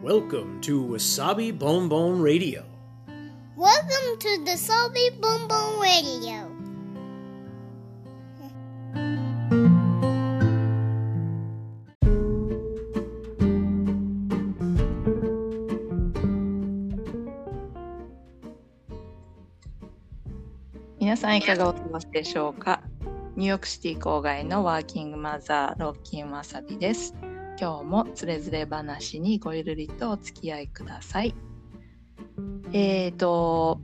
Welcome to Wasabi Bon Bon Radio. Welcome to the Sobi Boom Boom Radio. 皆さんいかがお過ごしでしょうかニューヨークシティ郊外のワーキングマザーロッキンわさびです今日もつれづれ話にごゆるりとお付き合いくださいえーと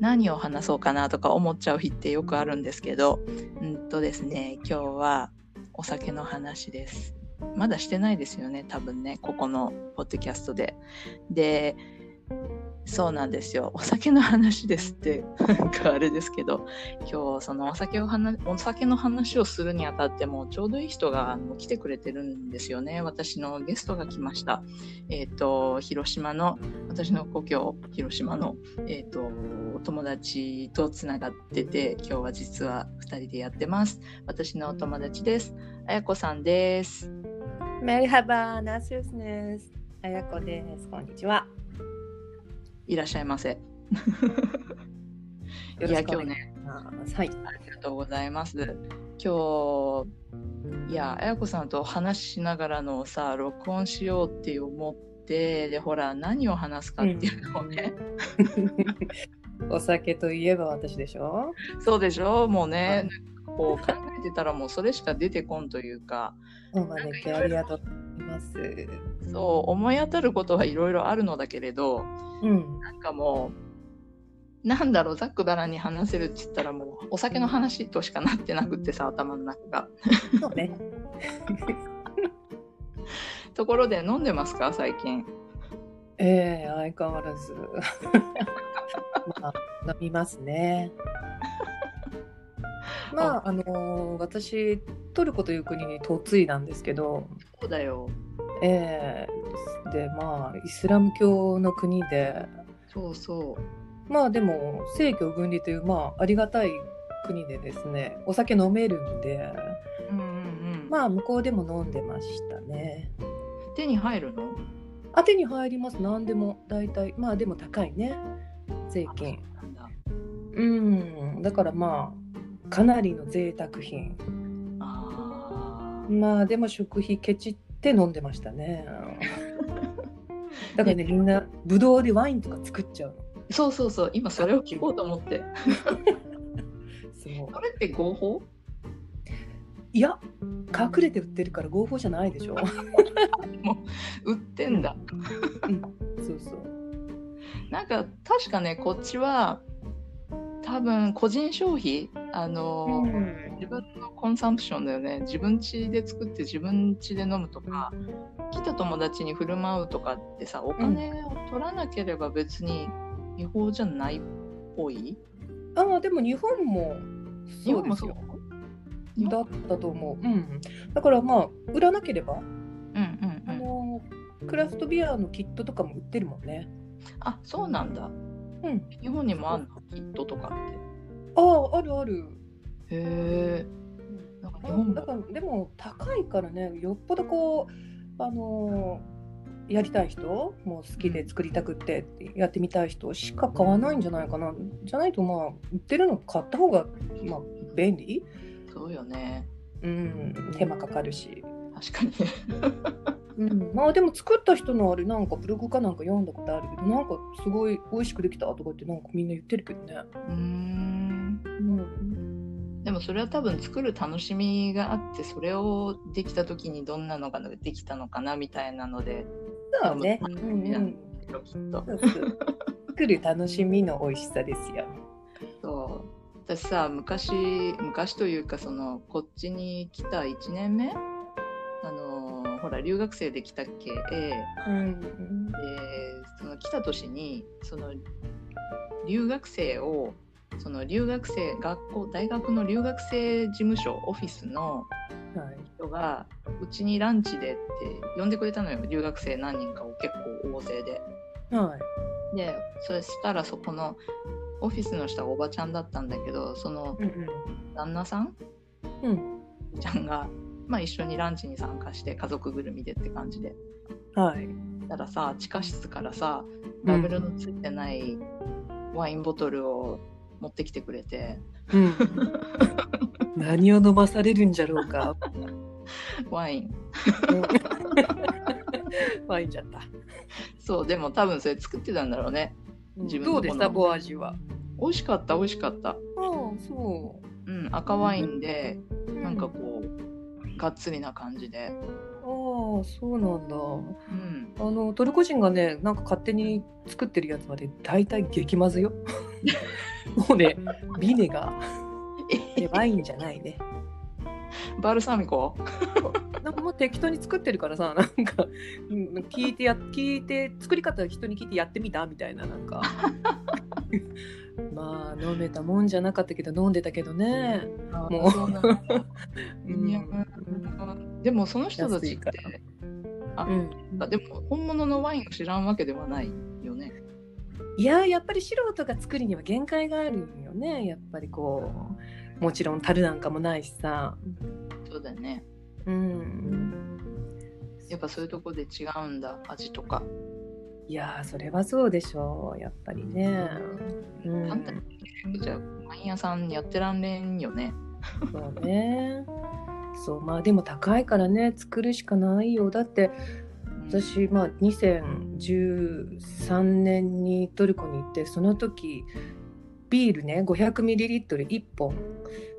何を話そうかなとか思っちゃう日ってよくあるんですけどうんとですね今日はお酒の話ですまだしてないですよね多分ねここのポッドキャストででそうなんですよお酒の話ですってなんかあれですけど今日そのお酒を話お酒の話をするにあたってもちょうどいい人があの来てくれてるんですよね私のゲストが来ましたえっ、と広島の私の故郷広島のえっ、とお友達とつながってて今日は実は2人でやってます私のお友達ですあやこさんですメルハバーナスユスです。あやこです。こんにちは。いらっしゃいませよろしくお願いします。はい。ありがとうございます。今日いやあやこさんと話しながらのさ録音しようって思ってでほら何を話すかっていうのをね、お酒といえば私でしょそうでしょもうね、うんなんかこう考えてたらもうそれしか出てこんというかお招きありがとうございます。うそう思い当たることはいろいろあるのだけれどん。なんかもうなんだろうざっくばらんに話せるって言ったらもうお酒の話としかなってなくってさ頭の中が。そうね。ところで飲んでますか最近。 ええ相変わらず。 まあ、飲みますね。まあ、あのー私、トルコという国に嫁いだんですけど、そうだよええで、まあ、イスラム教の国で、そうそうまあでも政教分離というまあありがたい国でですねお酒飲めるんでうんうんうん、まあまあ向こうでも飲んでましたね手に入るのあ手に入ります何でも大体まあでも高いね税金あそうなんだうんだからまあかなりの贅沢品あーまあでも食費ケチって飲んでましたねだからねみんなブドウでワインとか作っちゃうのそうそうそう今それを聞こうと思ってそうこれって合法いや隠れて売ってるから合法じゃないでしょ売ってんだそうそうなんか確かねこっちは多分個人消費あの、自分のコンサンプションだよね自分家で作って自分家で飲むとか来た友達に振る舞うとかってさお金を取らなければ別に違法じゃないっぽい、ああでも日本も日そう本でもすそうよだったと思う、うん、だからまあ売らなければ、うんうんうあんのクラフトビアのキットとかも売ってるもんねあそうなんだうん日本にもあるのキットとかってあああるあるへえなんか日本だもからでも高いからねよっぽどこうあのやりたい人もう好きで作りたくってやってみたい人しか買わないんじゃないかなじゃないとまあ売ってるの買った方がまあ便利そうよねうん手間かかるし確 かにねうん、まあでも作った人のあれなんかブログかなんか読んだことあるけどなんかすごい美味しくできたとかってなんかみんな言ってるけどね。うーんうん、でもそれは多分作る楽しみがあってそれをできた時にどんなのができたのかなみたいなのでそうね。ううんんうんきっとそうそう作る楽しみの美味しさですよ。そう私さ昔昔というかそのこっちに来た1年目あのーほら留学生で来たっけうん、でその来た年にその留学生をその留学生学校大学の留学生事務所オフィスのはい。人がうちにランチでって呼んでくれたのよ留学生何人かを結構大勢で。はい。でそしたらそこのオフィスの下がおばちゃんだったんだけどそのうん旦那さんうん。ちゃんが、まあ、一緒にランチに参加して家族ぐるみでって感じでうん。はい。たらさ地下室からさうんラベルのついてないワインボトルを持ってきてくれて、うん、何を飲まされるんじゃろう か。ワインワインじゃった。そうでも多分それ作ってたんだろうね自分のどうでした、好みボアジは。美味しかった美味しかったああ、そうん赤ワインでう。なんかこうがっつりな感じでああ、そうなんだ。うんあのトルコ人がね、なんか勝手に作ってるやつまで、大体激まず よ。もうね、ビネガ ー。で、ワインじゃないね。バルサミコなんかもう適当に作ってるからさ、なんか。うん聞いてや、聞いて、作り方人に聞いてやってみたみたいな、 なんか。まあ、飲めたもんじゃなかったけど、飲んでたけどね。もうそうなんだうんいやでもその人たちっ安いかてうん。あでも本物のワインを知らんわけではないよね。いやーやっぱり素人が作るには限界があるんよねやっぱりこうもちろん樽なんかもないしさそうだよね。うんやっぱそういうとこで違うんだ味とか。いやーそれはそうでしょうやっぱりねうん簡単にじゃあワイン屋さんやってらんれんよね。そうねそうまあでも高いからね作るしかないよだってうん私まあ2013年にトルコに行ってその時ビールね 500ml1 本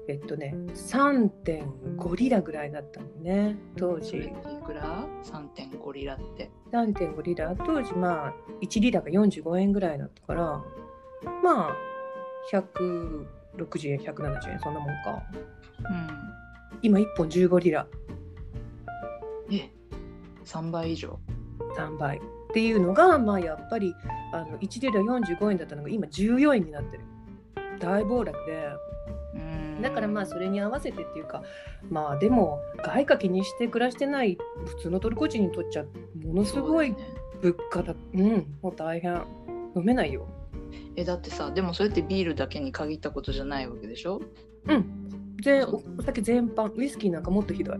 えっとね3.5リラぐらいだったのね当それっ時ていくら ?3.5 リラって。 3.5リラ当時まあ1リラが45円ぐらいだったからまあ160円170円そんなもんか今1本15リラうん。え3倍以上。 3倍っていうのがまあやっぱりあの1リラ45円だったのが今14円になってる大暴落でうんだからまあそれに合わせてっていうかまあでも外貨気にして暮らしてない普通のトルコ人にとっちゃものすごいそうだよね物価だうんもう大変飲めないよえだってさでもそれってビールだけに限ったことじゃないわけでしょうん全おお酒全般ウイスキーなんかもっとひどい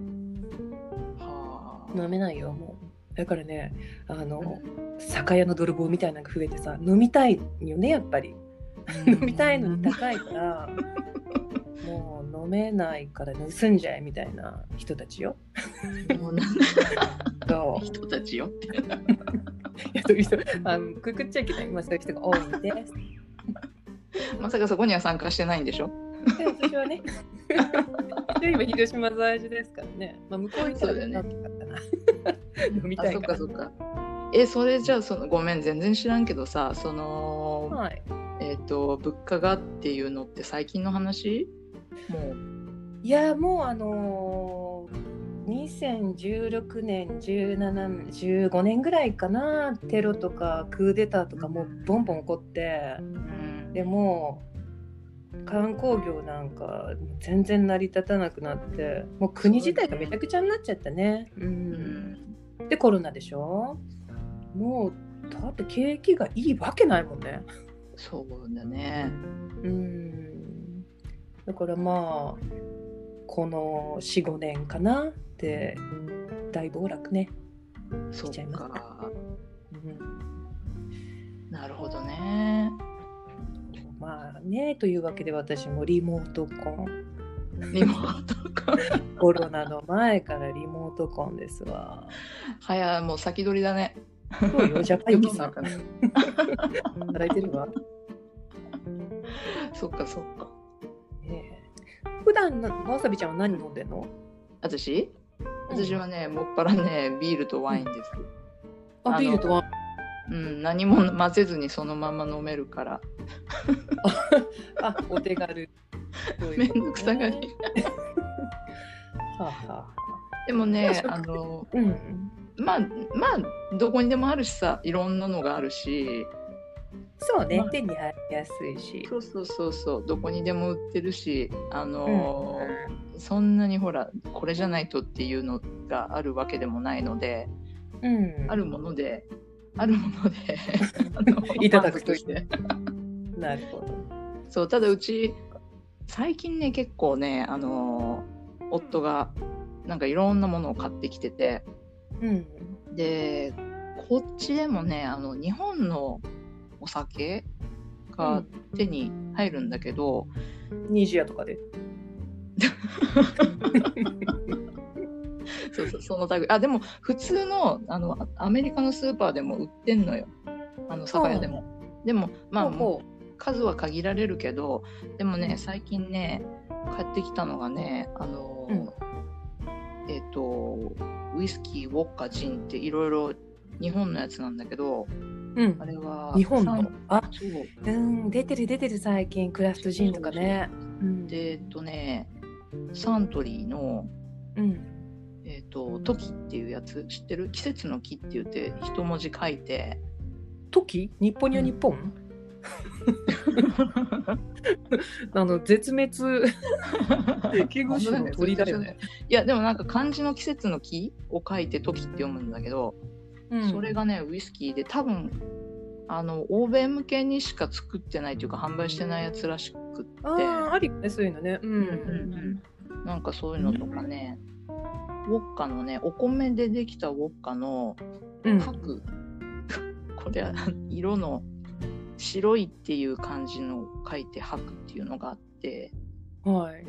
はあ飲めないよもうだからねあの酒屋の泥棒みたいなのが増えてさ飲みたいよねやっぱり飲みたいのに高い からもう飲めないから盗んじゃえみたいな人たちよもうなんとか人たちよって。いやそういう人あのくくっちゃいけない、まあ、そういう人が多いんでまさかそこには参加してないんでしょで私 はね今広島在住ですからね、まあ、向こう行ったらそうだよねなんとかかな飲みたいからあそっかそっかえそれじゃあそのごめん全然知らんけどさその、はい、えっ、と物価がっていうのって最近の話もういやもうあのー2016年17年15年ぐらいかなテロとかクーデターとかもうボンボン起こってうんでも観光業なんか全然成り立たなくなってもう国自体がめちゃくちゃになっちゃったね。う、うんんでコロナでしょもうだって景気がいいわけないもんね。そうだねうんだからまあこの45年かなって大暴落ね。そ来ちゃいうまかうんなるほどねまあねというわけで私もリモート婚リモートかコロナの前からリモート婚ですわ。はやもう先取りだねそうよ、ジャパイキさん世の中働いてるわ。そっかそっかねえ普段なわさびちゃんは何飲んでんの？私私はねもっぱらねビールとワインですああ、のビールとはうん何も混ぜずにそのまま飲めるからあ、お手軽。そうい めうんどくさがりはあはあでもね そうかあのうん。まあまあどこにでもあるしさいろんなのがあるしそうねまあ、手に入りやすいし。そうそうそうそうどこにでも売ってるしあのーそんなにほらこれじゃないとっていうのがあるわけでもないのでうん。あるものであるものであの いただくと満足してなるほど。そうただうち最近ね結構ねあのー夫がなんかいろんなものを買ってきててうん。でこっちでもねあの日本のお酒が手に入るんだけど、ニジアとか で。そうそうその類あでも普通のあのアメリカのスーパーでも売ってんのよあの酒屋でも。でもまあほうほう数は限られるけどでもね最近ね買ってきたのがねあの、うんえっ、とウイスキーウォッカジンっていろいろ日本のやつなんだけどうんあれは日本さのん。あ、そううん、出てる出てる最近、クラフトジンとかね。うんでえっ、とねサントリーのうん。えっ、と「トキ」っていうやつ知ってる季節の木って言って一文字書いて時日本には日本、 あの、絶 滅、危惧種の鳥だよね。いやでもなんか漢字の季節の木を書いて「時」って読むんだけど、うんそれがねウイスキーで多分あの欧米向けにしか作ってないというか販売してないやつらしくってあーありねそういうのね。うん。なんかそういうのとかね、ウォッカのねお米でできたウォッカのうん。各、 これは色の白いっていう感じの書いて白っていうのがあってはい。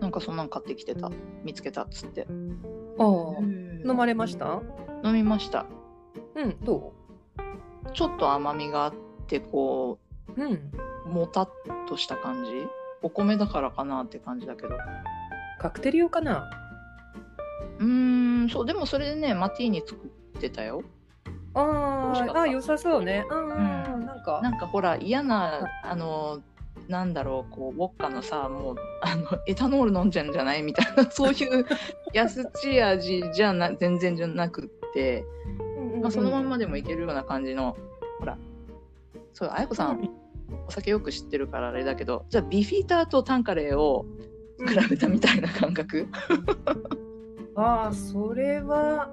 なんかそんなん買ってきてた見つけたっつってああ。飲まれれました飲みましたうん。どちょっと甘みがあってこうううん。もたっとした感じお米だからかなって感じだけどカクテル用かなうーんそうでもそれでねマティーニ作ってたよあ美味しかっーたあ、良さそうね。うん。なんかな。んかほら嫌なあのなんだろうこうウォッカのさもうあのエタノール飲んじゃうんじゃないみたいなそういう安っちい味じゃな全然じゃなくって、うんうんうまあ、んそのまんまでもいけるような感じのほらそうあやこさん、お酒よく知ってるからあれだけどじゃあビフィーターとタンカレーを比べたみたいな感覚ああ、それは。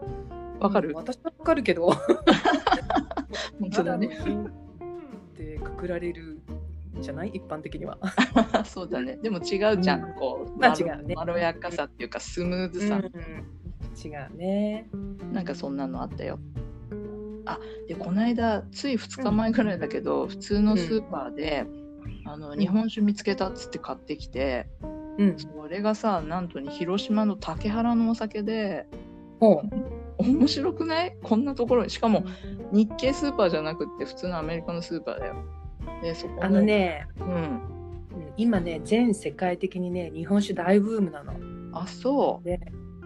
わかるうん私はわかるけど。本当だねたのってくくられるじゃない一般的には。あそうだね。でも違うじゃん。こう、ままあろ違うねまろやかさっていうか、スムーズうさん、違うね。なんかそんなのあったよ。あで、この間、つい2日前ぐらいだけど、普通のスーパーで、あの日本酒見つけたっつって買ってきて、うん。それがさ、なんとに広島の竹原のお酒で、ほ面白くないこんなところに。しかも、日系スーパーじゃなくって、普通のアメリカのスーパーだよ。で、そこのあの、ね、うん。うん今ね、全世界的にね、日本酒大ブームなの。あ、そう。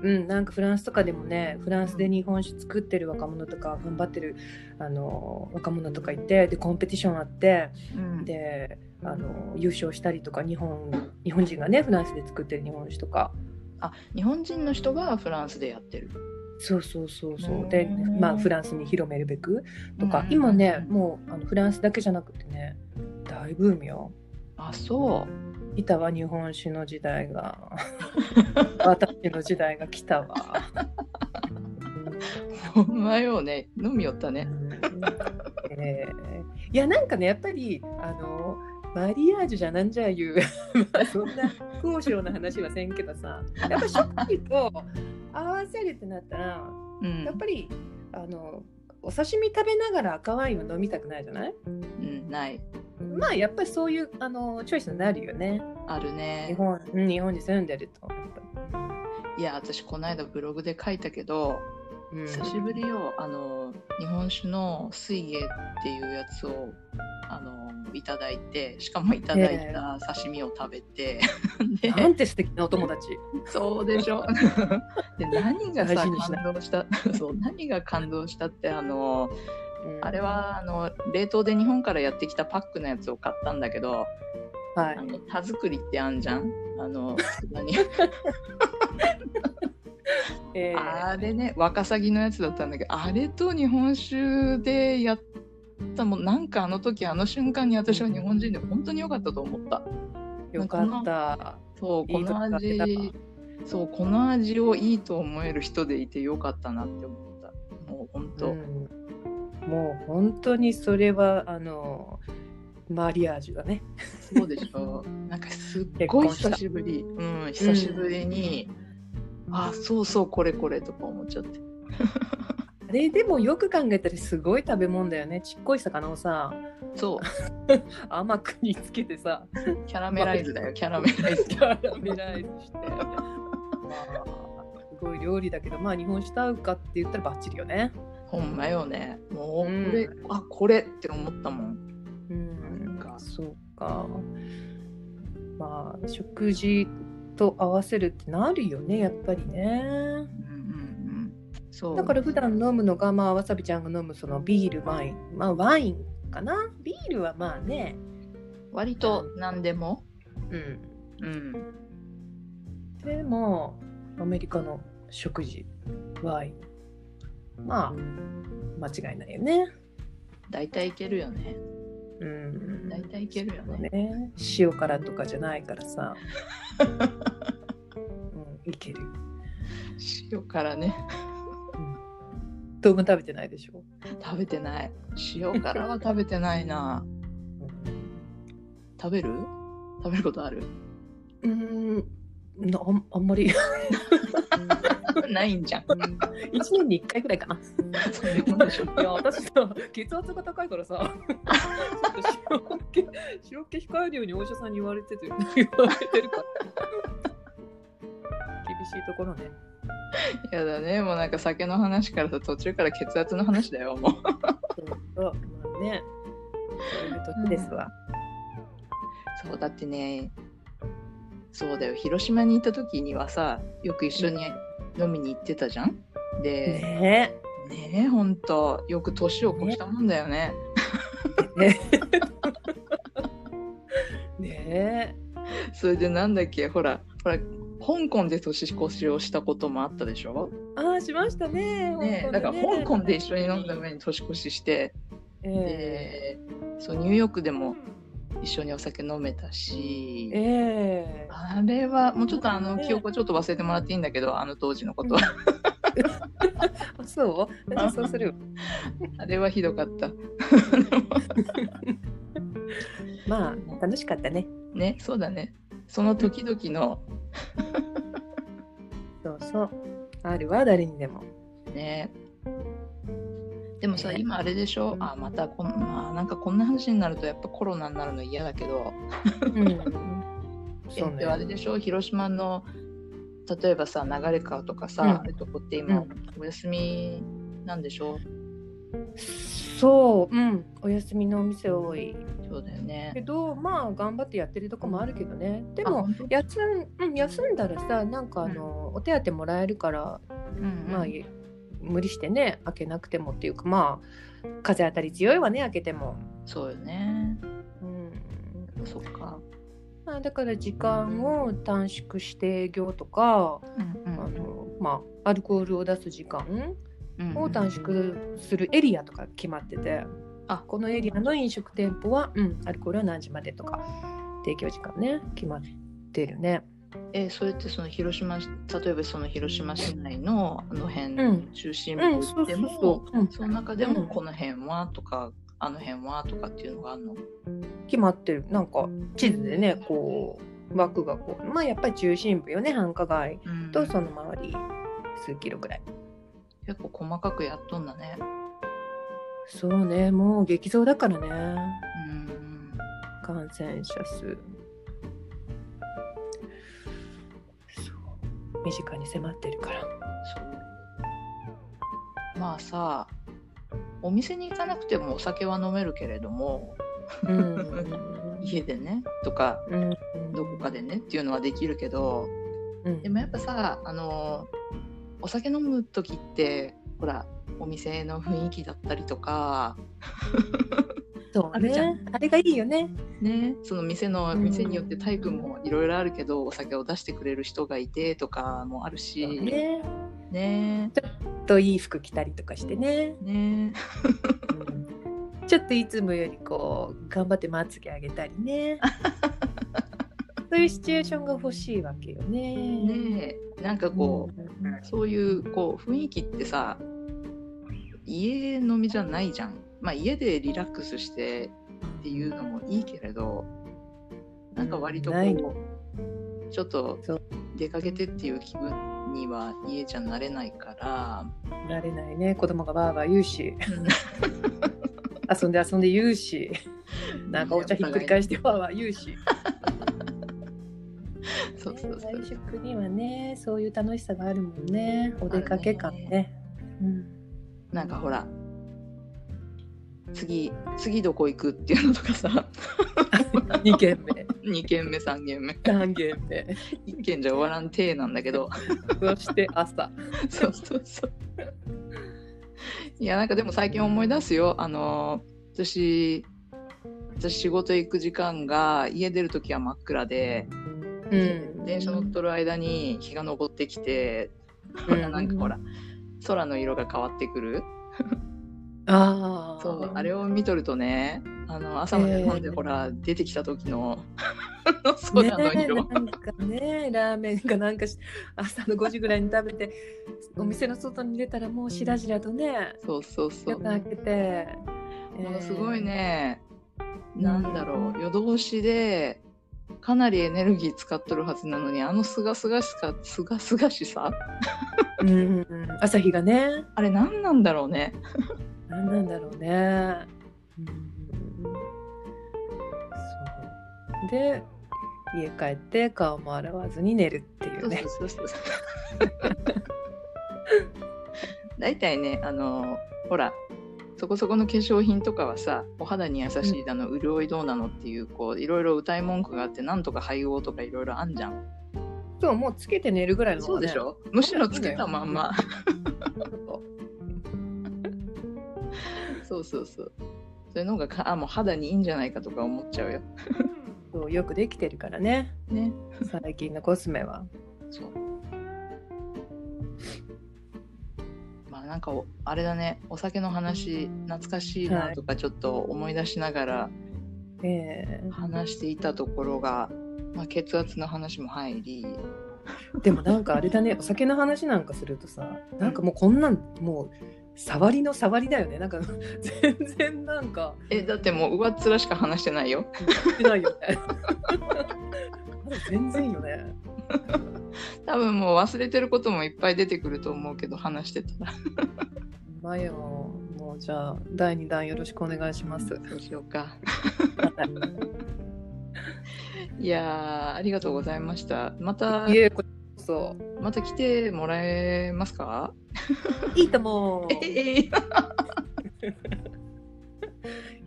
うん、なんかフランスとかでもねフランスで日本酒作ってる若者とか踏ん張ってるあの若者とかいてでコンペティションあってうん、であの優勝したりとか日本日本人がねフランスで作ってる日本酒とかあ、日本人の人がフランスでやってる。そうそうそうそううんで、まあ、フランスに広めるべくとか、うん今ねもうあのフランスだけじゃなくてね大ブームよあ、そう。いたわ日本酒の時代が 私の時代が来たわ。ほんまよね。飲みよったね。えー いやなんかねやっぱりあのマリアージュじゃなんじゃいう まあそんな高尚な話はせんけどさやっぱり食器と合わせるってなったらうやっん。ぱりあのお刺身食べながら赤ワインは飲みたくないじゃないうん、ない。まあやっぱりそういうあのチョイスになるよねある日ね。本うん日本に住んでると、いや、私この間ブログで書いたけど、うん、久しぶりよ。あの、日本酒の水芸っていうやつを、あの、いただいて、しかもいただいた刺身を食べて、 でなんて素敵なお友達そうで しょ。で、何が大さ、事にしな感動した、そう、何が感動したって、あの、うんあれは、あの、冷凍で日本からやってきたパックのやつを買ったんだけど、はいあの田作りってあんじゃんあの佃 煮えーあれねワカサギのやつだったんだけどあれと日本酒でやったもんなんかあの時あの瞬間に私は日本人で本当に良かったと思ったよかったそうこいいとこの味買ってそうこの味をいいと思える人でいて良かったなって思ったもう本当、うんもう本当にそれはあのマリアージュだね。そうでし ょなんかすっごい結婚した久しぶりうん久しぶりに、あそうそうこれこれとか思っちゃってあれでもよく考えたらすごい食べ物だよねちっこい魚をさそう甘く煮つけてさキャラメライズ だよキャラメライズキャラメライズして、まあ、すごい料理だけどまあ日本酒と合うかって言ったらバッチリよねほんまよねもうこれ、うあこれって思ったもんうんそうかまあ食事と合わせるってなるよねやっぱりねうんうんうんそうだから普段飲むのがまあわさびちゃんが飲むそのビールワインまあワインかなビールはまあね割と何でもうんうんでもアメリカの食事ワインまあ間違いないよね大体いけるよねうん大体いけるよねね塩辛とかじゃないからさ、うん、いける塩からねどうも食べてないでしょ、食べてない塩からは食べてない な食べる食べることある うんなあんあんまりないんじ ゃん 1年に1回ぐらいかなそういうもんでしょ いや私さ血圧が高いからさちょっと塩気塩気控えるようにお医者さんに言われてて言われてるから厳しいところねやだねもうなんか酒の話からさ途中から血圧の話だよもうそうまあねそういう時ですわ、そうだってねそうだよ広島に行った時にはさよく一緒に飲みに行ってたじゃんでねねえほんとよく年を越したもんだよねえねそれでなんだっけほらほら香港で年越しをしたこともあったでしょ、えああしましたねねえだから香港で一緒に飲んだ上に年越しして、えでそうニューヨークでも一緒にお酒飲めたしえ、ええあれはもうちょっとあのね記憶をちょっと忘れてもらっていいんだけどあの当時のことはあそうじゃあそうするよ あれはひどかったまあ楽しかったねねそうだねその時々のそうそうあるわ誰にでもねでもさね今あれでしょあまたこん、まあ、なんかこんな話になるとやっぱコロナになるの嫌だけどうんそうえでもあねれでしょ広島の例えばさ流れ川とかさ、うんあれとこって今、うお休みなんでしょそううんお休みのお店多いそうだよねけどまあ頑張ってやってるとこもあるけどねであも本当休ん,、うん、休んだらさなんかあの、お手当もらえるからうんうんまあ、い無理してね開けなくてもっていうかまあ風当たり強いわね開けても、そうよねうんそっかまあ、だから時間を短縮して営業とか、うんあのまあ、アルコールを出す時間うんを短縮するエリアとか決まってて、あこのエリアの飲食店舗は、うん、アルコールは何時までとか提供時間ね決まってるね。えーそれってその広島例えばその広島市内のあの辺うん中心部うん、行そうってそうも、そう、うん、その中でもうんこの辺はとか、あの辺はとかっていうのがあるの。決まってるなんか地図でねこう枠がこうまあやっぱり中心部よね繁華街うんとその周り数キロぐらい結構細かくやっとんだね。そうねもう激増だからねうん。感染者数そう身近に迫ってるからそう。まあさ、お店に行かなくてもお酒は飲めるけれども、うん、家でねとかうん、どこかでねっていうのはできるけど、うんでもやっぱさ、あのお酒飲む時ってほらお店の雰囲気だったりとか。そうあれじゃねあれがいいよねね、その店のうん店によって体育もいろいろあるけど、お酒を出してくれる人がいてとかもあるしねねねといい服着たりとかしてね、ちょっといつもよりこう頑張ってまつげ上げたり ねそういうシチュエーションが欲しいわけよねねなんかこうんう、そういうこう雰囲気ってさ家飲みじゃないじゃん、まあ、家でリラックスしてっていうのもいいけれどなんか割とこないうちょっとそう出かけてっていう気分には家じゃなれないから、られないね子供がバーバー言うし遊んで遊んで言うしなんかお茶ひっくり返してバーバー言うしそうそうそ外う。食にはねそういう楽しさがあるもんねお出かけ感ねうん、なんかほら、次、次どこ行くっていうのとかさ、 2軒目2軒目、3軒目、 3軒目1軒じゃ終わらんてなんだけど、そして朝そうそうそう。いや、なんかでも最近思い出すよ。あのー、私、私仕事行く時間が家出る時は真っ暗で、うん電車乗っとる間に日が昇ってきて、うんなんかほら空の色が変わってくるああそうあれを見とるとねあの朝まで飲んでえーほら、出てきた時の あの空の色、ねえなんかねラーメンかなんかし朝の5時ぐらいに食べてお店の外に出たらもうしらじらとねそうそうそ夜うが明けて、ものすごいね、えーなんだろう夜通しでかなりエネルギー使っとるはずなのにあのすがすがしさすがすがしさうんうん朝日がねあれ何なんだろうね何なんだろうね。そうで家帰って顔も洗わずに寝るっていうね。そうそうそうそう。 大体ね、あのほら、そこそこの化粧品とかはさ、お肌に優しいだの、潤いどうなのっていう、こう、いろいろ歌い文句があって、なんとか配合とかいろいろあんじゃん。そうもうつけて寝るぐらいの、ね、そうでしょむしろつけたまんま。 そうそうそう。そういうのがか、あ、もう肌にいいんじゃないかとか思っちゃうよ。そうよくできてるからね ね。最近のコスメは。そう。まあなんかおあれだねお酒の話懐かしいなとかちょっと思い出しながらえ話していたところが、まあ、血圧の話も入りえでもなんかあれ だねお酒の話なんかするとさなんかもうこんなんもう触りの触りだよねなんか 全然なんか。えだってもう上っ面しか話してないよ言ってないよね。 まだ全然よね。多分もう忘れてることもいっぱい出てくると思うけど話してたらマヨもうじゃあ第2弾よろしくお願いします。どうしよう かいやーありがとうございましたまたいえこちらこまた来てもらえますかそいいともええよ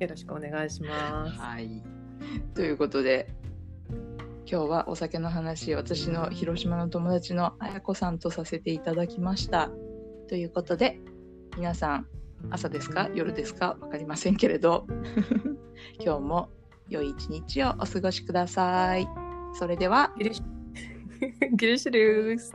ろしくお願いします。はいということで今日はお酒の話私の広島の友達のあやこさんとさせていただきましたということで皆さん朝ですか夜ですか分かりませんけれど 今日も良い一日をお過ごしくださいそれでは ギリシュギリシュです。